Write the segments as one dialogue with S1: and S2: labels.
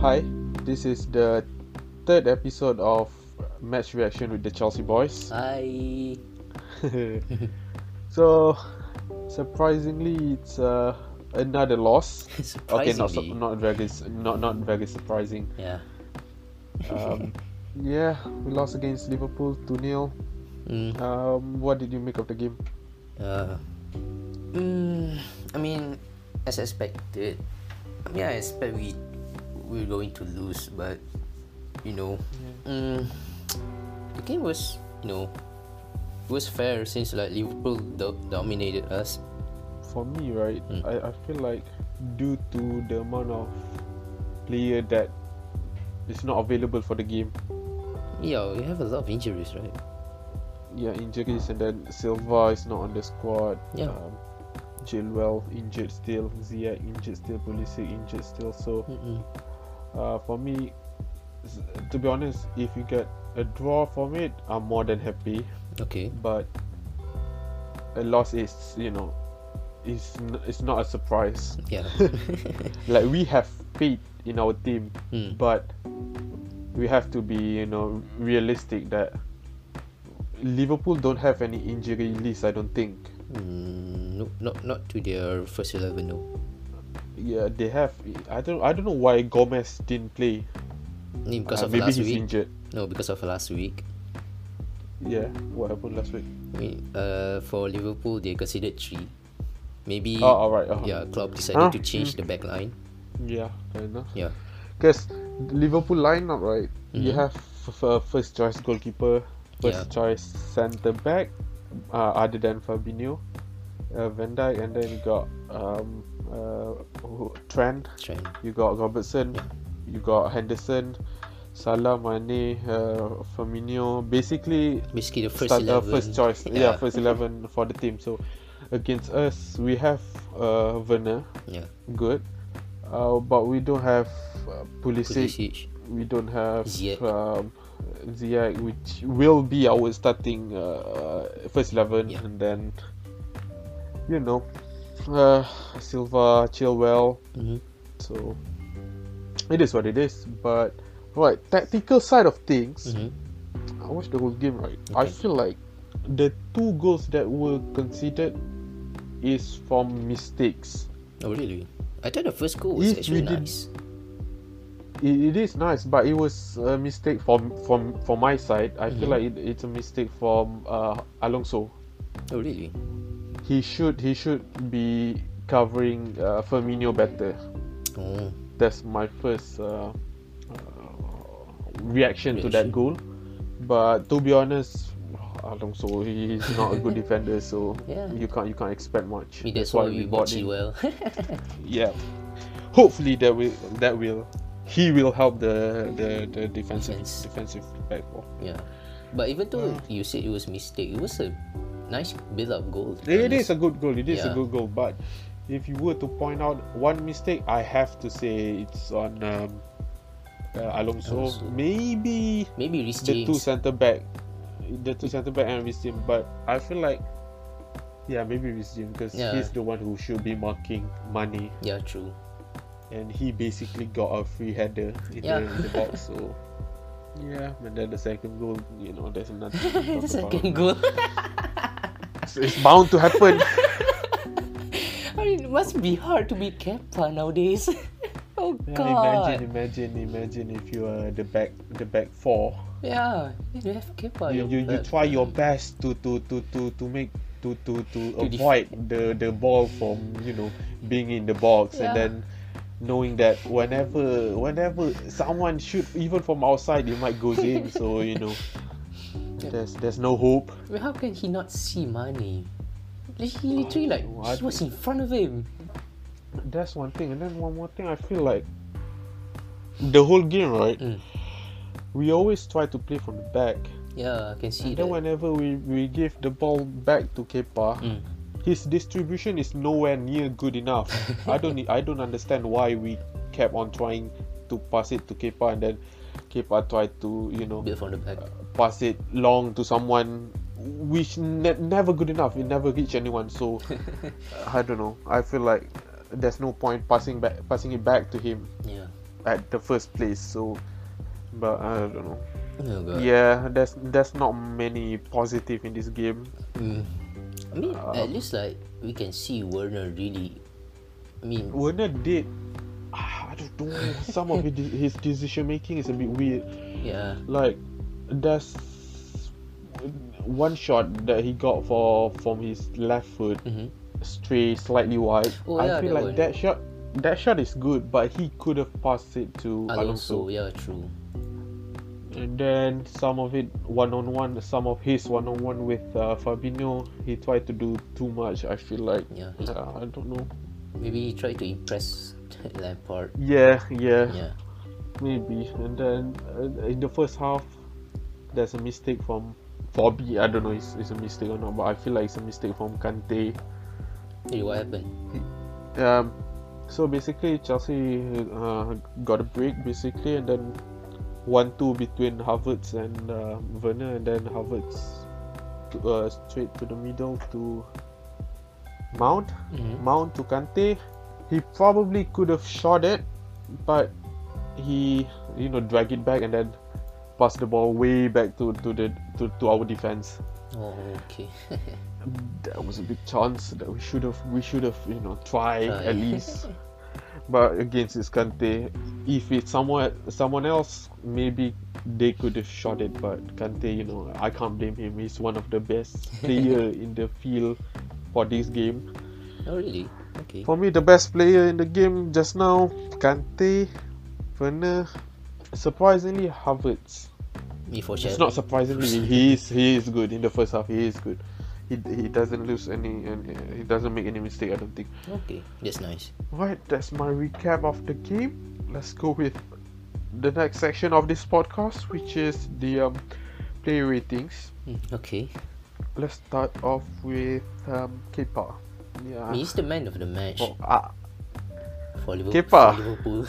S1: Hi, this is the third episode of Match Reaction with the Chelsea Boys.
S2: Hi.
S1: so, surprisingly, it's uh, another loss. Okay, not su-
S2: Surprisingly.
S1: not very su- not not very surprising.
S2: Yeah.
S1: Um, yeah, we lost against Liverpool two 0
S2: Mm.
S1: um, What did you make of the game?
S2: Uh, mm, I mean, as expected. I mean, I expect we we're going to lose, but you know, mm, the game was you know it was fair since like Liverpool do- dominated us.
S1: For me, right,
S2: Mm.
S1: I, I feel like due to the amount of player that is not available for the game.
S2: Yeah, we have a lot of injuries, right?
S1: yeah injuries and then Silva is not on the squad.
S2: Yeah.
S1: Um, Chilwell injured still, Ziyech injured still, Pulisic injured still. So
S2: Mm-mm.
S1: uh, for me, s- to be honest, if you get a draw from it, I'm more than happy.
S2: Okay.
S1: But a loss is you know, is n- it's not a surprise.
S2: Yeah.
S1: Like we have faith in our team,
S2: Mm.
S1: but we have to be you know realistic that Liverpool don't have any injury list. I don't think.
S2: Mm, no, not not to their first eleven, no.
S1: Yeah, they have. I don't. I don't know why Gomez didn't play.
S2: I mean, Because
S1: Uh,
S2: of
S1: maybe
S2: last
S1: he's
S2: week.
S1: injured.
S2: No, because of last week.
S1: Yeah, what happened last week?
S2: I mean, uh, for Liverpool, they considered three. Maybe
S1: Oh, alright. uh
S2: yeah, Klopp
S1: Huh?
S2: decided to change the back line.
S1: Yeah, fair enough.
S2: Yeah,
S1: Because Liverpool lineup, right? You
S2: Mhm.
S1: have f- f- first choice goalkeeper, first
S2: Yeah.
S1: choice centre back, uh, other than Fabinho, uh, Van Dijk, and then you got um, uh, who- Trent.
S2: Trent.
S1: You got Robertson.
S2: Yeah.
S1: You got Henderson, Salah, Mane, uh, Firmino. Basically,
S2: Basically, the first
S1: start, uh,
S2: eleven.
S1: first choice. Yeah. first eleven for the team. So against us, we have uh, Werner,
S2: yeah.
S1: good, uh, but we don't have uh, Pulisic.
S2: Pulisic.
S1: We don't have
S2: Ziyech.
S1: um, Ziyech, which will be our starting uh, uh, first eleven,
S2: Yeah.
S1: and then you know, uh, Silva, Chilwell.
S2: Mhm.
S1: So it is what it is. But right, tactical side of things.
S2: Mhm.
S1: I watched the whole game, right? I
S2: Okay.
S1: feel like the two goals that were conceded is from mistakes.
S2: Oh really? I thought the first goal was
S1: If we
S2: actually
S1: did-
S2: nice.
S1: It, it is nice, but it was a mistake from from from my side. I feel
S2: Mhm.
S1: like it, it's a mistake from uh, Alonso.
S2: Oh really?
S1: He should he should be covering uh, Firmino better.
S2: Oh
S1: That's my first uh, uh, reaction to that
S2: Reaction.
S1: goal. But to be honest, Alonso he- he's not a good defender, so
S2: Yeah.
S1: you can't you can't expect much.
S2: I mean, that's why we bought
S1: him.
S2: Chilwell.
S1: Yeah. Hopefully that will that will he will help the the, the defensive
S2: Defense.
S1: defensive back four.
S2: yeah. But even though
S1: Ah.
S2: you said it was mistake, it was a nice build up goal. to be
S1: It is
S2: honest.
S1: a good goal. It is a
S2: Yeah.
S1: good goal, but if you were to point out one mistake, I have to say it's on um, uh, Alonso.
S2: Alonso.
S1: Maybe
S2: Maybe Reece
S1: the two
S2: James.
S1: centre back, the two centre back and Reece James, but I feel like yeah maybe Reece James because
S2: Yeah.
S1: he's the one who should be marking money,
S2: Yeah, true.
S1: and he basically got a free header in,
S2: Yeah.
S1: the, in the box. So yeah, and then the second goal, you know, there's nothing. to talk
S2: the
S1: about.
S2: second goal.
S1: It's- it's bound to happen.
S2: I mean, it must be hard to be Kepa nowadays. oh
S1: Yeah, imagine,
S2: god.
S1: imagine, imagine if you are the back, the back four.
S2: Yeah, you have Kepa.
S1: You, you, you try your best to to to to to make to to to
S2: def-
S1: avoid the the ball from you know being in the box and
S2: Yeah.
S1: then knowing that whenever whenever someone shoot even from outside it might goes in so you know there's there's no hope
S2: Well, how can he not see money? Like, he literally like
S1: What?
S2: he was in front of him.
S1: that's one thing and then one more thing i feel like the whole game right
S2: Mm.
S1: we always try to play from the back
S2: Yeah, I can
S1: and
S2: see
S1: then
S2: that.
S1: whenever we, we give the ball back to kepa
S2: Mm.
S1: his distribution is nowhere near good enough. I don't I don't understand why we kept on trying to pass it to Kepa and then Kepa tried to you know
S2: Bit from the back.
S1: pass it long to someone which ne- never good enough. It never reached anyone. So I don't know. I feel like there's no point passing back passing it back to him.
S2: Yeah.
S1: at the first place. So, but I don't know.
S2: Oh, God.
S1: Yeah, there's there's not many positive in this game.
S2: Mm. I mean, at
S1: Um,
S2: least like we can see Werner really. I mean,
S1: Werner did. ah, I don't know. Some of his his decision making is a bit weird.
S2: yeah,
S1: like that's one shot that he got for from his left foot
S2: Mhm.
S1: stray slightly wide.
S2: Oh,
S1: I
S2: yeah,
S1: feel
S2: that
S1: like
S2: one.
S1: that shot that shot is good, but he could have passed it to
S2: Alonso.
S1: Alonso.
S2: Yeah, true.
S1: And then some of it one on one, some of his one on one with uh, Fabinho, he tried to do too much. I feel like
S2: Yeah, he-
S1: Uh, I don't know.
S2: Maybe he tried to impress Lampard.
S1: Yeah, yeah,
S2: Yeah.
S1: maybe. And then uh, in the first half, there's a mistake from Bobby. I don't know if it's a mistake or not, but I feel like it's a mistake from Kante.
S2: Hey, what happened?
S1: Um, so basically, Chelsea uh, got a break basically, and then one-two between Havertz and uh, Werner, and then Havertz to, uh, straight to the middle to Mount,
S2: Mhm.
S1: Mount to Kante. He probably could have shot it, but he you know drag it back and then pass the ball way back to to the to, to our defense
S2: Oh, okay.
S1: that was a big chance that we should have we should have you know tried
S2: Try.
S1: at least but against this Kante if it's someone someone else maybe they could have shot it but Kante you know I can't blame him he's one of the best player in the field for this game
S2: oh, really? Okay.
S1: for me the best player in the game just now Kante Werner surprisingly Havertz
S2: Me for
S1: it's
S2: sure.
S1: not surprisingly he is he is good in the first half. He is good. He, he doesn't lose any and he doesn't make any mistake. I don't think.
S2: Okay, that's nice.
S1: Right, that's my recap of the game. Let's go with the next section of this podcast, which is the um, play ratings.
S2: Mm, Okay.
S1: Let's start off with um, Kepa. Yeah.
S2: He's the man of the match
S1: Oh, ah,
S2: for Liverpool.
S1: Kepa.
S2: For Liverpool.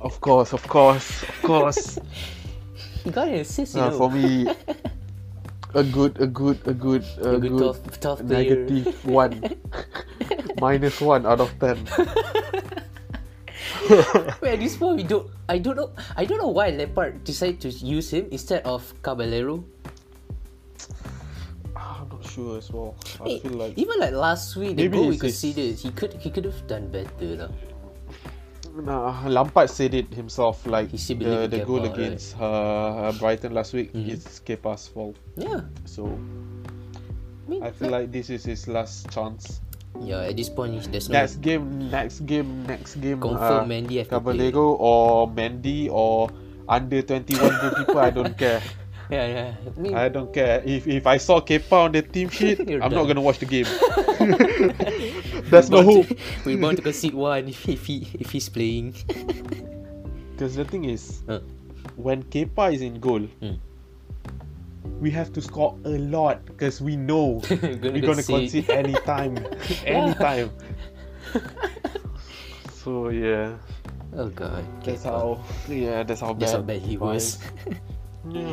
S1: of course, of course, of course.
S2: he got an assist,
S1: Uh,
S2: you know.
S1: for me, a good, a good, a good, a,
S2: a good, tough, tough player.
S1: negative one minus one out of ten
S2: Wait, at this point, we don't. I don't know. I don't know why Lampard decided to use him instead of Caballero.
S1: Ah, i'm not sure as well i
S2: Hey,
S1: feel like
S2: even like last week, the
S1: Maybe
S2: goal we
S1: it's his-
S2: conceded, he could he could have done better. Lah.
S1: nah, lampard said it himself like
S2: He still
S1: the,
S2: believe in
S1: the goal
S2: Kepa, right? Mm-hmm.
S1: against uh, brighton last week it's kepa's fault
S2: Yeah,
S1: so
S2: I mean,
S1: i feel like this is his last chance
S2: yeah. At this point, there's no
S1: next game next game next game
S2: Mm. confirm Mendy have to
S1: uh,
S2: play.
S1: Caballero or mendy or under 21 goalkeeper i don't care
S2: Yeah, yeah. I mean,
S1: I don't care. If if I saw Kepa on the team sheet,
S2: You're
S1: I'm not
S2: done.
S1: gonna watch the game. There's no hope.
S2: We're bound to concede one if, if he if he's playing.
S1: Because the thing is,
S2: Huh.
S1: when Kepa is in goal,
S2: Hmm.
S1: we have to score a lot because we know
S2: We're gonna
S1: we're gonna
S2: concede.
S1: concede anytime,
S2: Yeah.
S1: anytime. so yeah,
S2: oh god.
S1: that's
S2: Kepa.
S1: how. Yeah, that's how
S2: That's
S1: bad.
S2: how bad he
S1: Why-
S2: was.
S1: Yeah.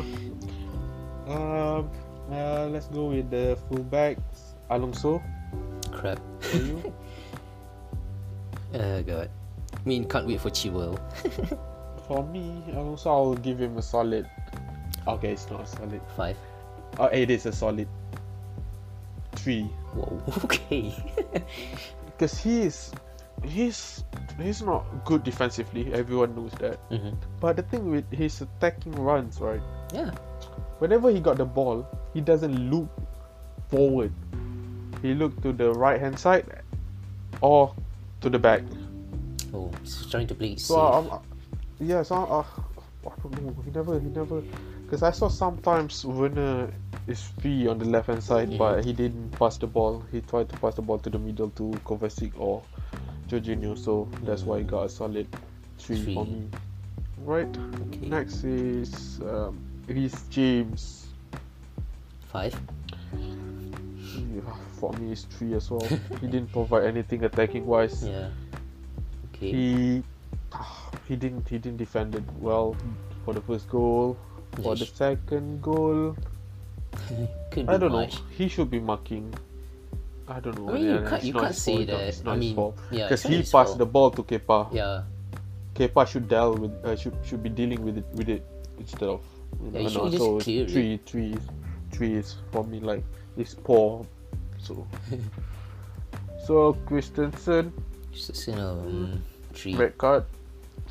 S1: Um. Uh, let's go with the fullback Alonso.
S2: Crap.
S1: For you.
S2: Oh god. I mean, can't wait for Chilwell.
S1: For me, Alonso, I'll give him a solid. Okay, it's not a solid.
S2: Five.
S1: Uh, it is a solid three.
S2: Whoa. Okay.
S1: because he is he's he's not good defensively everyone knows that
S2: Mhm.
S1: but the thing with his attacking runs right
S2: Yeah.
S1: whenever he got the ball he doesn't look forward he looked to the right hand side or to the back
S2: Oh, he's trying to play it
S1: so
S2: safe.
S1: I'm, I- yeah so I'm, uh, I don't know he never he never because I saw sometimes Werner is free on the left hand side
S2: Mhm.
S1: but he didn't pass the ball he tried to pass the ball to the middle to Kovacic or Jorginho so that's why he got a solid 3, for
S2: Three.
S1: me right
S2: Okay.
S1: next is um, Reece James
S2: Five.
S1: Yeah, for me is 3 as well he didn't provide anything attacking wise
S2: Yeah. Okay.
S1: he ah, he didn't he didn't defend it well
S2: Hmm.
S1: for the first goal for the
S2: Yes.
S1: second goal
S2: Couldn't
S1: i
S2: do
S1: don't know
S2: much.
S1: he should be marking i don't know
S2: I mean, you can't- you can't say that. I mean, yeah,
S1: because
S2: it's not
S1: he
S2: his
S1: passed
S2: fault.
S1: the ball to kepa
S2: Yeah.
S1: Kepa should deal with uh, should should be dealing with it with it instead of you
S2: Yeah,
S1: know,
S2: you should just
S1: so
S2: clear it.
S1: three three is- three is for me like it's poor so so Christensen
S2: Just a sin of um, three.
S1: red card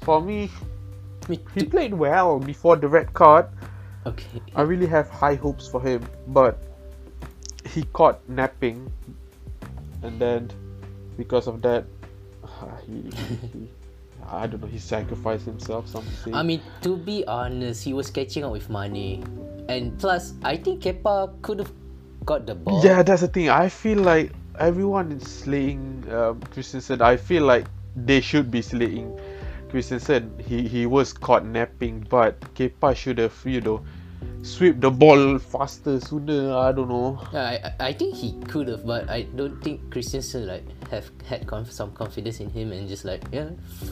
S1: for me
S2: Me
S1: he
S2: too.
S1: played well before the red card
S2: Okay.
S1: I really have high hopes for him but he caught napping and then because of that he, he I don't know he sacrificed himself something
S2: I mean, to be honest, he was catching up with Mane, and plus, I think Kepa could have got the ball.
S1: Yeah, that's the thing. I feel like everyone is slaying um, Christensen. I feel like they should be slaying Christensen. He he was caught napping, but Kepa should have you know sweep the ball faster sooner. I don't know.
S2: Yeah, I, I- I think he could have, but I don't think Christensen like have had conf- some confidence in him and just like yeah,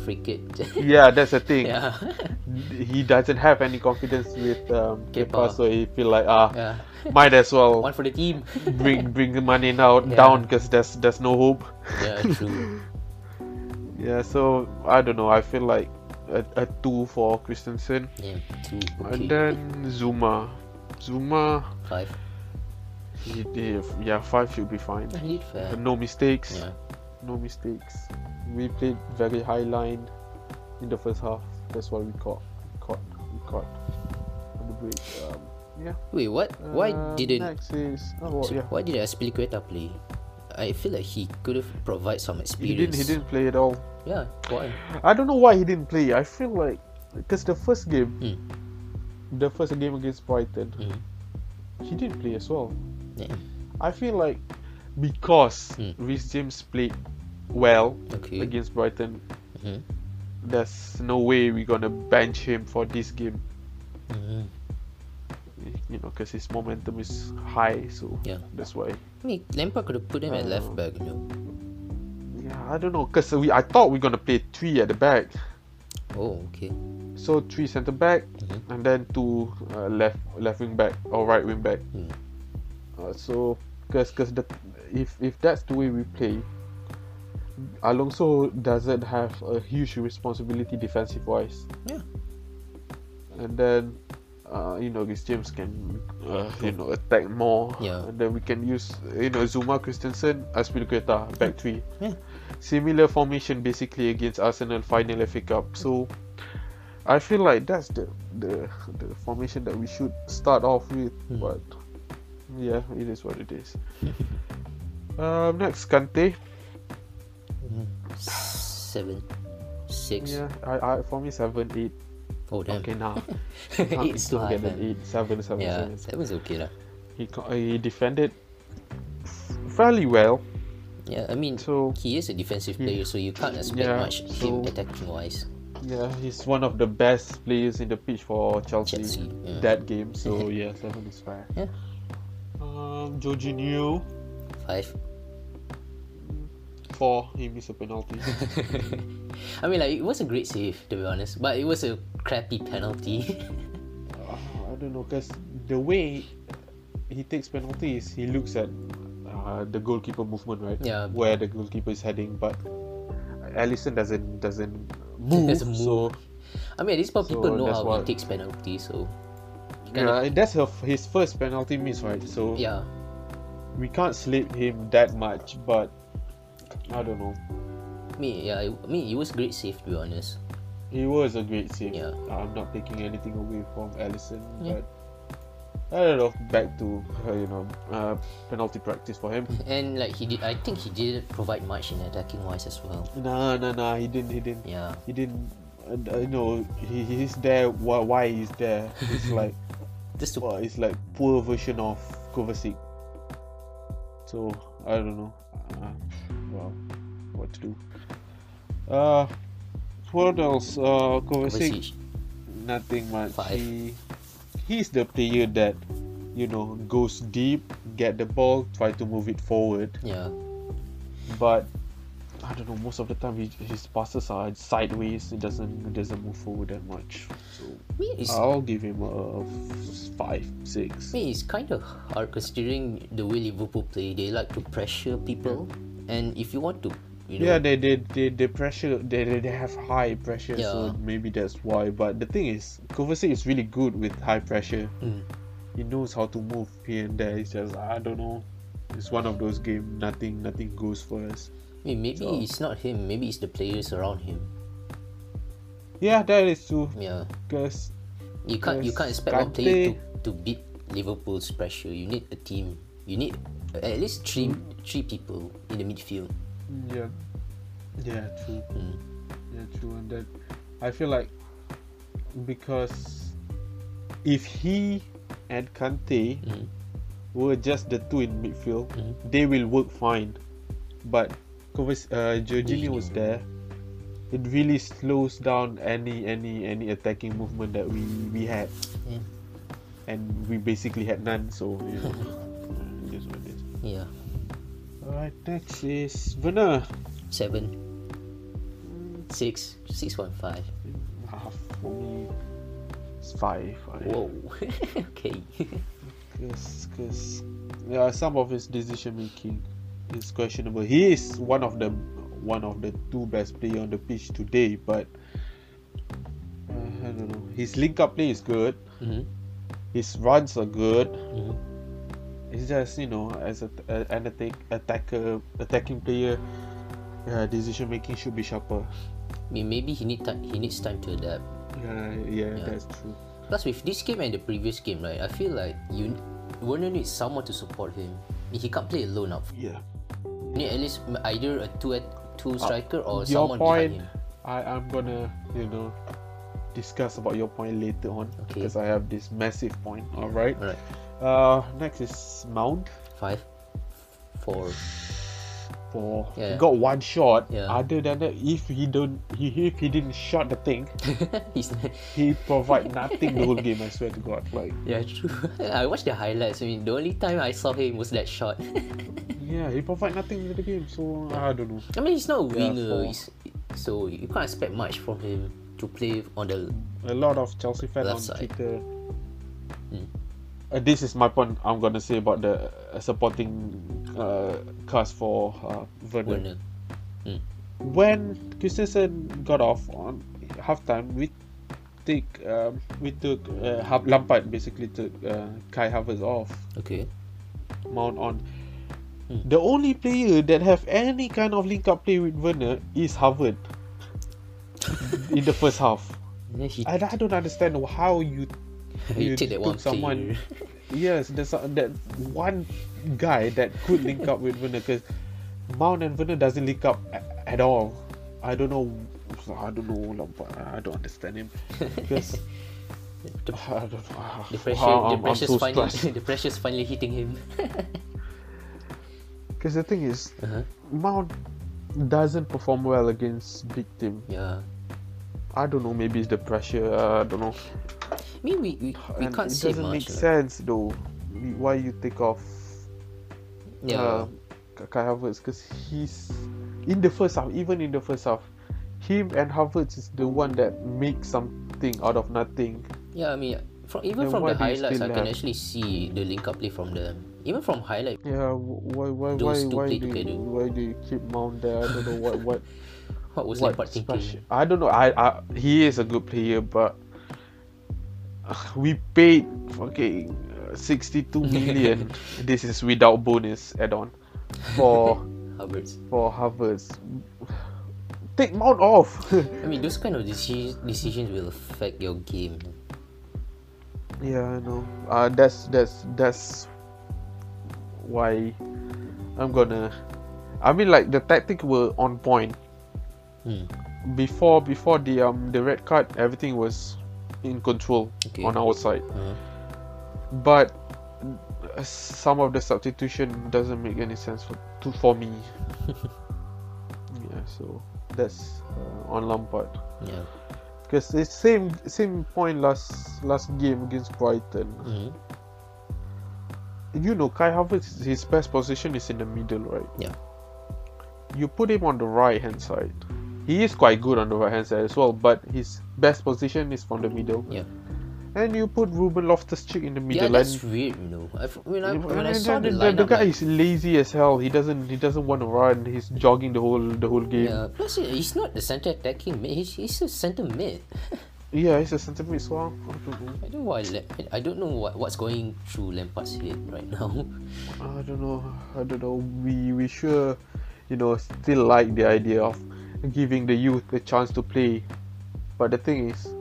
S2: freak it.
S1: Yeah, that's the thing.
S2: yeah,
S1: He doesn't have any confidence with um, Kepa,
S2: Kepa.
S1: so he feel like ah,
S2: yeah.
S1: might as well
S2: One for the team.
S1: bring bring the money now
S2: Yeah.
S1: down because there's there's no hope.
S2: yeah, true.
S1: Yeah, so I don't know. I feel like a, a two for Christensen.
S2: Yeah, two. Okay,
S1: And then Zuma. Zuma,
S2: five.
S1: he, he- yeah, five should be fine.
S2: I did fair.
S1: No mistakes.
S2: Yeah.
S1: No mistakes. We played very high line in the first half. That's what we caught. We caught. We caught. On the break. Um, yeah.
S2: Wait, what? Why
S1: Um,
S2: didn't?
S1: Next is. Oh, well,
S2: so
S1: yeah.
S2: Why did Aspilicueta play? I feel like he could have provide some
S1: He didn't.
S2: experience.
S1: He didn't play at all.
S2: Yeah. Why?
S1: I don't know why he didn't play. I feel like because the first game,
S2: Hmm.
S1: the first game against Brighton,
S2: Hmm.
S1: he didn't play as well.
S2: Yeah.
S1: I feel like because
S2: Hmm.
S1: Reece James played well
S2: Okay.
S1: against Brighton,
S2: Mhm.
S1: there's no way we're gonna bench him for this game.
S2: Mhm.
S1: You know, because his momentum is high, so
S2: Yeah.
S1: that's why.
S2: I mean, Lampard could have put
S1: Uh.
S2: him at left back. You know.
S1: Yeah, I don't know, because we I thought we are gonna play three at the back,
S2: Oh, okay.
S1: so three centre back
S2: Mhm.
S1: and then two uh, left left wing back or right wing back.
S2: Hmm.
S1: Uh, so, because because the if if that's the way we play, Alonso doesn't have a huge responsibility defensive wise.
S2: Yeah.
S1: And then, uh, you know, these James can uh, you know attack more.
S2: Yeah.
S1: And then we can use you know Zuma Christensen as Aspilicueta back three.
S2: Yeah.
S1: Similar formation basically against Arsenal final FA Cup. So. I feel like that's the, the the formation that we should start off with,
S2: Hmm.
S1: but yeah, it is what it is. um, next Kante.
S2: Seven, six.
S1: Yeah, I, I for me seven eight.
S2: Oh damn.
S1: Okay, nah,
S2: it's
S1: still
S2: not
S1: get
S2: happened.
S1: an eight seven seven
S2: Yeah,
S1: seven.
S2: that was okay lah.
S1: He co- he defended fairly well.
S2: Yeah, I mean,
S1: So-
S2: he is a defensive
S1: Yeah.
S2: player, so you can't expect
S1: Yeah,
S2: much him
S1: so-
S2: attacking wise.
S1: Yeah, he's one of the best players in the pitch for Chelsea,
S2: Chelsea, yeah.
S1: that game. So yeah, seven is fair.
S2: Yeah.
S1: Um, Jorginho
S2: Five.
S1: four. He missed a penalty.
S2: I mean, like it was a great save to be honest, but it was a crappy penalty.
S1: I don't know, cause the way he takes penalties, he looks at uh, the goalkeeper movement, right?
S2: Yeah.
S1: Where the goalkeeper is heading, but Allison doesn't doesn't move.
S2: Doesn't
S1: So
S2: I mean, at this point,
S1: So,
S2: people know
S1: that's
S2: how
S1: why-
S2: he takes penalties, so
S1: yeah, that's her, his first penalty miss, right? So
S2: yeah.
S1: we can't slip him that much, but I don't know.
S2: Me, yeah, it, me, it was a great save to be honest.
S1: He was a great save. Uh,
S2: Yeah.
S1: I'm not taking anything away from Allison,
S2: Yeah.
S1: but. I don't know. Back to uh, you know uh, penalty practice for him.
S2: And like he did, I think he didn't provide much in attacking wise as well.
S1: No, no, no. He didn't. He didn't.
S2: Yeah,
S1: he didn't uh, you know he, he's there why, why he's there it's like
S2: just to
S1: well, it's like poor version of Kovacic so I don't know uh, well what to do uh what else uh Kovacic
S2: Kovacic.
S1: nothing much
S2: Five.
S1: he he's the player that you know goes deep get the ball try to move it forward
S2: Yeah.
S1: but I don't know. Most of the time, he, his passes are sideways. It doesn't it doesn't move forward that much. So
S2: Me, it's,
S1: I'll give him a f- five, six.
S2: me, it's kind of hard considering the way Liverpool play. They like to pressure people, and if you want to, You know?
S1: Yeah, they they they, they pressure they, they they have high pressure,
S2: Yeah.
S1: so maybe that's why. But the thing is, Kovacic is really good with high pressure.
S2: Mm.
S1: He knows how to move here and there. It's just I don't know. It's one of those game. Nothing nothing goes for us.
S2: I mean, maybe
S1: So-
S2: it's not him. Maybe it's the players around him.
S1: Yeah, that is true.
S2: Yeah,
S1: Because
S2: you can't you
S1: Yes,
S2: can't expect one
S1: Kante-
S2: player to, to beat Liverpool's pressure. You need a team. You need at least three three people in the midfield.
S1: yeah, yeah, true.
S2: Mm.
S1: Yeah, true. And then I feel like because if he and Kante
S2: Mm.
S1: were just the two in midfield,
S2: Mm.
S1: they will work fine. But Kovac- uh, Jorginho was
S2: Jorginho.
S1: there. It really slows down any any any attacking movement that we we had,
S2: Yeah.
S1: and we basically had none. So you know, Uh, it is what it is.
S2: Yeah,
S1: Alright, next is Werner.
S2: seven, six, six point five.
S1: Ah, for me, it's five. I-
S2: Whoa. okay.
S1: Cause, cause yeah, some of his decision making is questionable. He is one of the one of the two best player on the pitch today, but uh, I don't know. His link up play is good.
S2: mm-hmm.
S1: His runs are good.
S2: Mm-hmm.
S1: He's just you know as a, a- an attack, attacker attacking player, uh, decision making should be sharper. Uh,
S2: I mean, maybe he need time. He needs time to adapt.
S1: Yeah, yeah,
S2: Yeah.
S1: that's true.
S2: Plus, with this game and the previous game, right? I feel like you Werner needs someone to support him. He can't play alone up.
S1: Yeah.
S2: You need at least either a two at two striker or
S1: Ah, your
S2: someone
S1: point
S2: behind him.
S1: I, I'm gonna you know discuss about your point later on
S2: Okay.
S1: because I have this massive point all right
S2: Alright,
S1: uh next is Mount
S2: five, four.
S1: for
S2: Yeah.
S1: he got one shot
S2: Yeah.
S1: other than that if he don't he, if he didn't shot the thing
S2: He's
S1: he provide nothing the whole game I swear to god like
S2: yeah, true. I watched the highlights. I mean, the only time I saw him was that shot.
S1: yeah he provide nothing to the game so I don't know
S2: I mean, he's not a
S1: Yeah,
S2: winger,
S1: four.
S2: he's, so you can't expect much from him to play on the.
S1: a lot of Chelsea fans
S2: Left
S1: on
S2: side.
S1: Twitter
S2: Mm.
S1: Uh, this is my point I'm gonna say about the uh, supporting uh, cast for uh, Werner.
S2: Werner.
S1: when Christensen got off on halftime, we take um, we took uh, Hap- Lampard basically took uh, Kai Havertz off,
S2: Okay.
S1: Mount on.
S2: Hmm.
S1: The only player that have any kind of link up play with Werner is Harvard in the first half.
S2: Yeah, he,
S1: I, I don't understand how you
S2: he
S1: you
S2: took that
S1: took
S2: one
S1: someone-
S2: player.
S1: yes there's a, that one guy that could link up with Werner because Mount and Werner doesn't link up at, at all. I don't know. I don't know. Lampard. I don't understand him because
S2: The-
S1: I don't know.
S2: The pressure,
S1: Wow,
S2: the
S1: I'm- I'm
S2: pressure's
S1: so
S2: finally,
S1: stressed.
S2: the pressure's finally hitting him.
S1: Because the thing is,
S2: Uh-huh.
S1: Mount doesn't perform well against big team.
S2: Yeah,
S1: I don't know. Maybe it's the pressure. I don't know.
S2: I mean, we, we, we
S1: And
S2: can't
S1: it
S2: say
S1: doesn't
S2: much.
S1: make
S2: right?
S1: sense though. Why you take off uh,
S2: Yeah,
S1: Kai Havertz because he's in the first half, even in the first half, him and Havertz is the one that makes something out of nothing.
S2: yeah. I mean, from even
S1: Then
S2: from
S1: why
S2: the
S1: do you
S2: highlights, I
S1: still
S2: can
S1: have-
S2: actually see the link up play from them. Even from highlight,
S1: Yeah, wh- why why
S2: Those
S1: why
S2: two
S1: why
S2: play
S1: do
S2: together.
S1: you, why do you keep Mount there? I don't know what what
S2: what was
S1: what
S2: Lampard thinking?
S1: special. I don't know. I, I he is a good player, but we paid fucking uh, sixty-two million. this is without bonus add-on for
S2: Havertz.
S1: for Havertz. Take Mount off.
S2: I mean, those kind of decisions decisions will affect your game.
S1: Yeah, I know. Uh, that's that's that's why I'm gonna. I mean, like the tactic were on point
S2: Hmm.
S1: before before the um the red card. Everything was in control
S2: Okay.
S1: on our side,
S2: Uh-huh.
S1: but uh, some of the substitution doesn't make any sense for to, for me. yeah, so that's uh, on Lampard.
S2: Yeah.
S1: Because it's same same point last last game against Brighton.
S2: hmm Mm.
S1: you know Kai Havertz his best position is in the middle, right?
S2: Yeah.
S1: You put him on the right hand side. He is quite good on the right hand side as well, but his best position is from the middle.
S2: Yeah.
S1: And you put Ruben Loftus Cheek in the middle.
S2: Yeah, that's
S1: and
S2: weird, you know. I, when I,
S1: Yeah,
S2: when I
S1: the-
S2: saw
S1: the,
S2: the,
S1: the,
S2: lineup,
S1: the guy
S2: like,
S1: is lazy as hell. He doesn't he doesn't want to run. He's jogging the whole the whole game. Yeah,
S2: yeah. Plus, he- he's not the center attacking mid. He's, he's a center mid.
S1: he's a centre mid. So I don't know.
S2: I don't know why. Lam- I don't know what, what's going through Lampard's head right now.
S1: I don't know. I don't know. We we sure, you know, still like the idea of giving the youth a chance to play. But the thing is,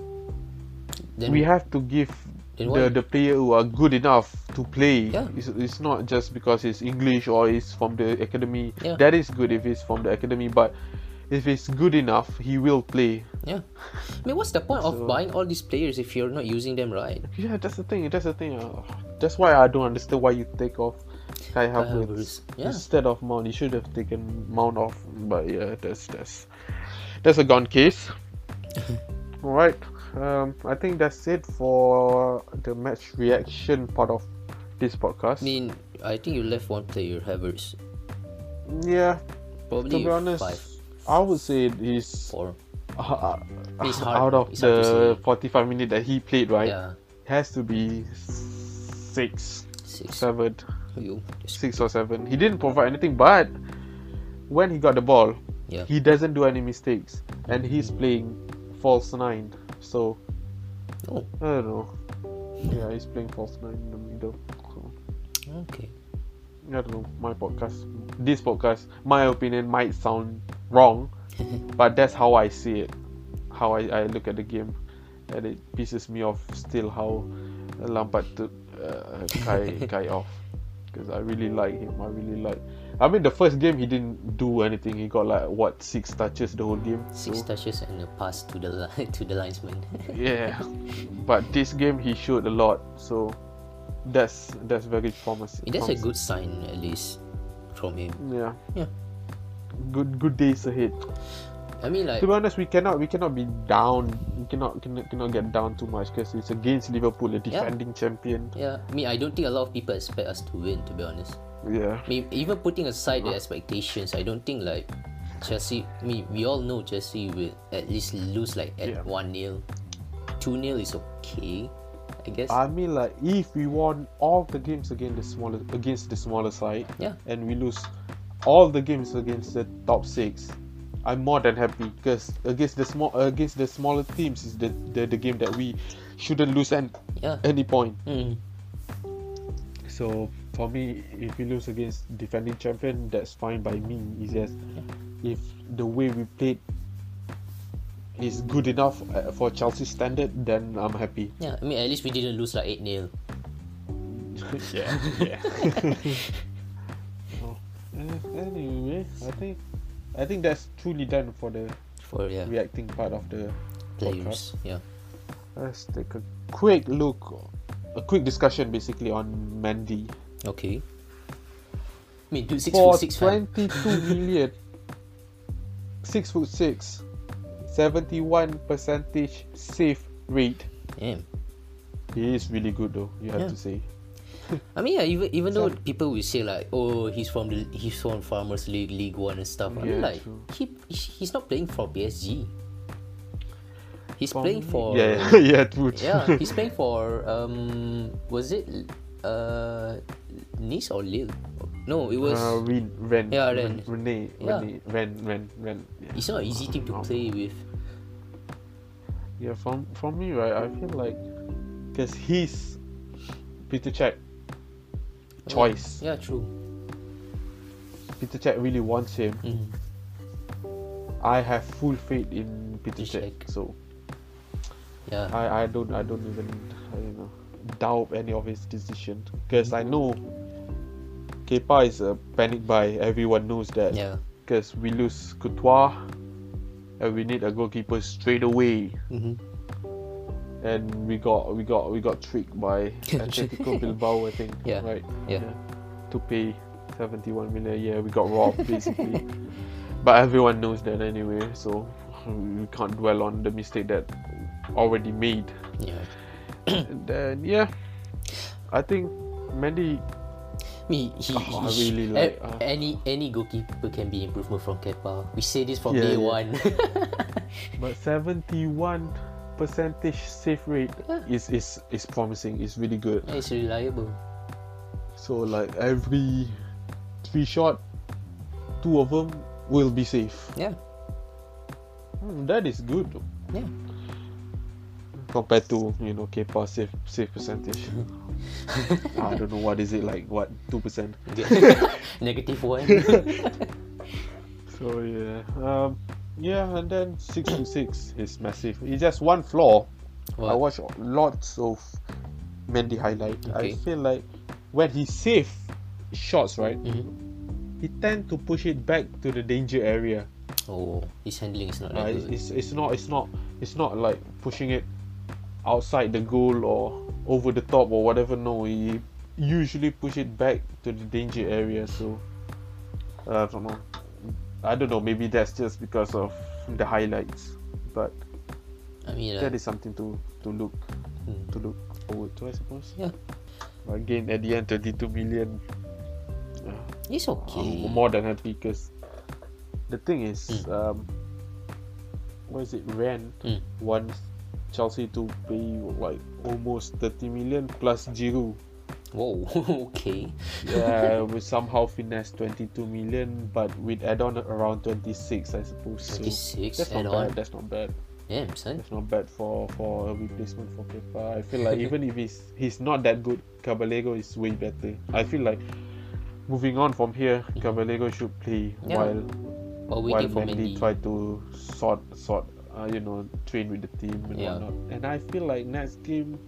S2: Then
S1: we have to give
S2: then
S1: the,
S2: why-
S1: the player who are good enough to play.
S2: Yeah.
S1: It's, it's not just because it's English or it's from the academy.
S2: Yeah.
S1: That is good if it's from the academy, but if it's good enough, he will play.
S2: yeah. I mean, what's the point
S1: So-
S2: of buying all these players if you're not using them right?
S1: Yeah, that's the thing. That's the thing. Uh, that's why I don't understand why you take off Kai
S2: Uh,
S1: Havertz
S2: Havertz, yeah.
S1: instead of Mount. You should have taken Mount off. But yeah, that's that's that's a gone case. All right. Um, I think that's it for the match reaction part of this podcast.
S2: I mean, I think you left one player, Havertz.
S1: yeah, to
S2: Probably
S1: be honest,
S2: five,
S1: I would say it is
S2: four.
S1: uh,
S2: It's hard-
S1: out of
S2: it's hard to
S1: the
S2: say.
S1: 45 minute that he played, right?
S2: Yeah,
S1: Has to be six,
S2: six.
S1: seven.
S2: You just-
S1: six or seven. He didn't provide anything, but when he got the ball,
S2: Yeah.
S1: he doesn't do any mistakes, and he's playing false nine. So
S2: Oh,
S1: I don't know. Yeah, he's playing false nine in the middle. So,
S2: okay.
S1: I don't know. My podcast, this podcast, my opinion might sound wrong, but that's how I see it. How I, I look at the game, and it pisses me off still how Lampard took uh, Kai Kai off because I really like him. I really like. I mean, the first game he didn't do anything. He got like what six touches the whole game.
S2: Six
S1: so-
S2: touches and a pass to the li- to the linesman.
S1: yeah, but this game he showed a lot. So that's that's very promising.
S2: That's a
S1: promising.
S2: good sign, at least, from him.
S1: Yeah.
S2: Yeah.
S1: Good good days ahead.
S2: I mean, like,
S1: To be honest, we cannot we cannot be down. We cannot cannot, cannot get down too much because it's against Liverpool, a defending champion.
S2: yeah. I mean, I don't think a lot of people expect us to win. To be honest,
S1: Yeah.
S2: I mean, even putting aside the expectations, I don't think like Chelsea. I mean, we all know Chelsea will at least lose like at
S1: Yeah.
S2: one 0 two 0 is okay, I guess.
S1: I mean, like if we won all the games against the smaller against the smaller side,
S2: yeah,
S1: and we lose all the games against the top six, I'm more than happy because against the small against the smaller teams is the, the the game that we shouldn't lose at
S2: yeah.
S1: any point.
S2: Mm.
S1: So for me, if we lose against defending champion, that's fine by me. It's just if the way we played is good enough uh, for Chelsea standard, then I'm happy.
S2: Yeah, I mean, at least we didn't lose like 8 0.
S1: yeah, yeah. oh. uh, anyway, I think I think that's truly done for the
S2: For yeah,
S1: reacting part of the
S2: players. Yeah.
S1: Let's take a quick look, a quick discussion basically on Mandy.
S2: Okay. I mean, dude, 6
S1: for
S2: foot 6 fan.
S1: 22 million 6 foot 6 71 percentage safe rate
S2: Damn.
S1: he is really good though you have
S2: Yeah.
S1: to say
S2: I mean, yeah, even even though
S1: So-
S2: people will say like, oh, he's from the he's from Farmers League, League One and stuff. I
S1: Yeah,
S2: mean, like,
S1: true.
S2: he he's not playing for PSG. He's
S1: For me-
S2: playing for
S1: yeah yeah, yeah true true.
S2: yeah, he's playing for um was it uh Nice or Lille? No, it was.
S1: uh, Ren, Ren,
S2: Yeah,
S1: Ren,
S2: Ren.
S1: Rene,
S2: Yeah.
S1: Rene, Ren, Ren, Ren. Yeah.
S2: it's not an easy team to
S1: No.
S2: play with.
S1: Yeah, from from me, right? I feel like because he's Peter Cech choice.
S2: Oh. Yeah, true.
S1: Peter Cech really wants him.
S2: Mm.
S1: I have full faith in Peter
S2: Peter
S1: Cech,
S2: Cech.
S1: so
S2: Yeah.
S1: I, I don't I don't even you know doubt any of his decision because
S2: Mm-hmm.
S1: I know Kepa is a panic buy. Everyone knows that
S2: yeah.
S1: because we lose Coutois and we need a goalkeeper straight away.
S2: Mm-hmm.
S1: And we got we got we got tricked by Atletico Bilbao, I think.
S2: Yeah,
S1: Right.
S2: yeah.
S1: To pay seventy one million a year, we got robbed basically. but everyone knows that anyway, so we can't dwell on the mistake that already made.
S2: Yeah. Hmm.
S1: And then yeah, I think Mandy.
S2: Me, he,
S1: Oh, I
S2: he-
S1: really
S2: a-
S1: like, uh,
S2: any any goalkeeper can be improvement from Kepa. We say this from
S1: Yeah,
S2: day
S1: yeah.
S2: one.
S1: But seventy-one percentage save rate
S2: Yeah.
S1: is is is promising. It's really good.
S2: Yeah, it's reliable.
S1: So like every three shot, two of them will be safe.
S2: Yeah,
S1: Hmm, that is good though,
S2: yeah.
S1: compared to you know K-pop safe safe percentage. I don't know what is it like what two percent.
S2: Negative one.
S1: So yeah, um, yeah, and then six to six is massive. It's just one floor. I
S2: What?
S1: watch lots of Mendy highlight. I
S2: Okay.
S1: feel like when he save shots, right,
S2: Mhm.
S1: he tend to push it back to the danger area.
S2: Oh, his handling is not
S1: Uh,
S2: that
S1: it's,
S2: good.
S1: it's it's not it's not it's not like pushing it outside the goal or over the top or whatever. No, he usually push it back to the danger area. So I don't know. I don't know. Maybe that's just because of the highlights, but
S2: I mean, uh,
S1: that is something to to look
S2: Hmm.
S1: to look forward to, I suppose.
S2: Yeah.
S1: But Again, at the end, 32 million.
S2: uh, it's okay.
S1: I'm Um, more than happy because the thing is, um, what is it? Ren
S2: Mm.
S1: wants Chelsea to pay like almost 30 million plus Giroud.
S2: Whoa, okay.
S1: Yeah, we somehow finesse 22 million, but with add on around 26, I suppose. So
S2: 26
S1: that's not
S2: add
S1: bad.
S2: on.
S1: That's not bad.
S2: Damn, son.
S1: That's not bad for for a replacement for Kepa. I feel like even if he's he's not that good, Cabalego is way better. I feel like moving on from here, Cabalego should play
S2: Yeah.
S1: while
S2: While
S1: while
S2: waiting for
S1: Mendy
S2: Mendy.
S1: try to sort sort uh, you know train with the team and
S2: Yeah.
S1: whatnot. And I feel like next game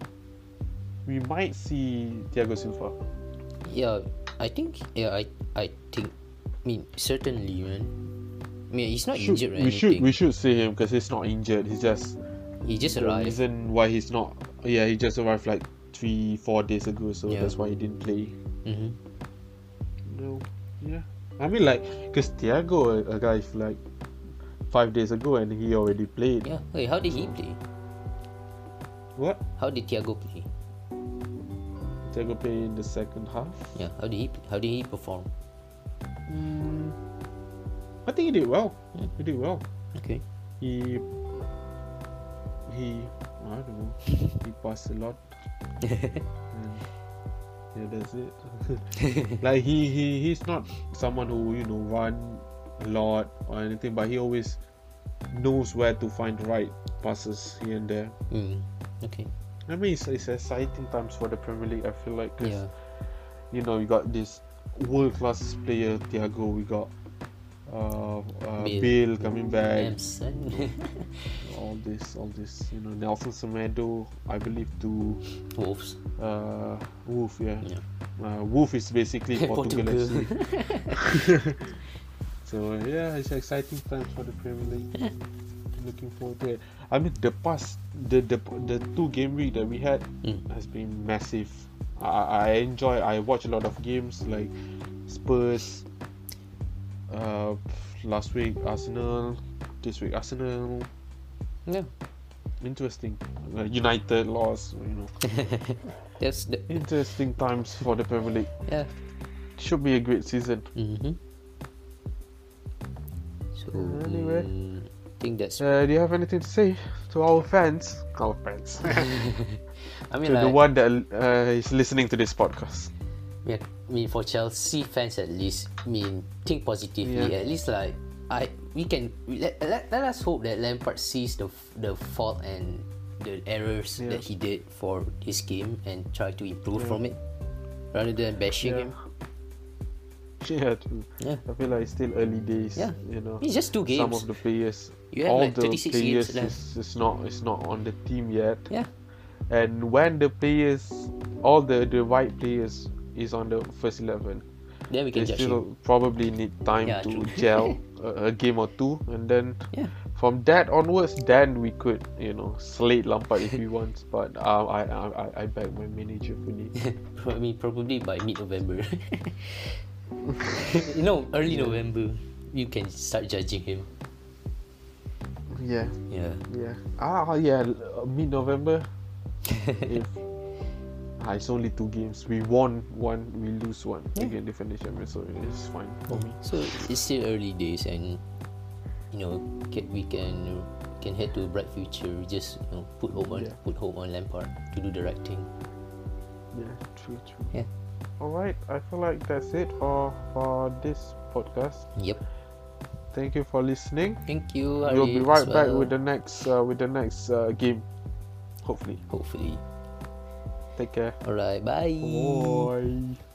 S1: we might see Thiago Silva.
S2: Yeah, I think. Yeah, I I think. I mean, certainly, man. I mean, he's not
S1: Should-
S2: injured
S1: we
S2: or
S1: should
S2: anything.
S1: we should see him because he's not injured. He's just
S2: he just
S1: the
S2: arrived.
S1: reason why he's not. Yeah, he just arrived like three four days ago, so
S2: Yeah.
S1: that's why he didn't play.
S2: hmm
S1: No. Yeah. I mean, like, because Thiago, a, a guy, is like five days ago and he already played.
S2: Yeah. Wait, how did he play?
S1: What?
S2: How did Thiago play?
S1: Thiago played in the second half.
S2: Yeah. How did he? How did he perform?
S1: Mm. I think he did well. He did well.
S2: Okay.
S1: He. He. I don't know. he passed a lot. And, yeah, that's it. like he, he he's not someone who you know run a lot or anything, but he always knows where to find the right passes here and there.
S2: Mm. Okay.
S1: I mean, it's, it's exciting times for the Premier League. I feel like 'cause,
S2: Yeah.
S1: you know you got this world class player Thiago. We got uh, uh,
S2: Bale.
S1: Bale coming back.
S2: Damn, son.
S1: All this, all this. You know Nelson Semedo. I believe to
S2: Wolves.
S1: uh, Wolf. Yeah.
S2: Yeah.
S1: Uh, Wolf is basically Portugal.
S2: Portugal.
S1: FC. so yeah, it's exciting times for the Premier League. Looking forward to it. I mean, the past the the, the two game week that we had
S2: Mm.
S1: has been massive. I, I- I enjoy. I watch a lot of games like Spurs. Uh, last week Arsenal. This week Arsenal.
S2: Yeah.
S1: Interesting. Uh, United lost. You know.
S2: That's the.
S1: Interesting times for the Premier League.
S2: Yeah.
S1: Should be a great season.
S2: Mm-hmm. So
S1: Anyway.
S2: mm, I think that's.
S1: Uh, do you have anything to say to our fans? Our fans.
S2: I mean,
S1: to the
S2: like,
S1: one that uh, is listening to this podcast.
S2: Yeah, I mean for Chelsea fans at least, I mean think positively.
S1: Yeah.
S2: At least like I we can we- let, let, let us hope that Lampard sees the f- the fault and the errors
S1: Yeah.
S2: that he did for this game and try to improve from it rather than bashing him.
S1: Yeah, true.
S2: Yeah.
S1: I feel like it's still early days.
S2: Yeah.
S1: You know.
S2: It's just two
S1: Some
S2: games.
S1: of the players,
S2: You have
S1: all
S2: like
S1: the
S2: 36
S1: players,
S2: games left.
S1: is, is not is not on the team yet.
S2: Yeah.
S1: And when the players, all the the right players is on the first eleven,
S2: Then we
S1: they
S2: can judge him.
S1: still probably need time
S2: Yeah,
S1: to
S2: true.
S1: gel a, a game or two, and then
S2: Yeah.
S1: from that onwards, then we could, you know, slate Lampard if we want. But um, I, I, I- I beg my manager fully.
S2: I mean probably by mid November. you know, early November you can start judging him.
S1: yeah,
S2: Yeah.
S1: yeah. Ah, yeah. Mid November. if ah, it's only two games, we won one, we lose one
S2: Yeah.
S1: again. The finish Champions, so it's fine for me.
S2: So it's still early days, and you know, get we can can head to a bright future. We Just you know, put hope on
S1: Yeah.
S2: put hope on Lampard to do the right thing.
S1: Yeah, true, true.
S2: Yeah.
S1: All right, I feel like that's it for for this podcast.
S2: Yep.
S1: Thank you for listening.
S2: Thank you.
S1: We'll be
S2: Arif,
S1: right
S2: as
S1: back
S2: well.
S1: with the next uh, with the next uh, game. Hopefully,
S2: Hopefully.
S1: take care.
S2: All right. Bye.
S1: Bye.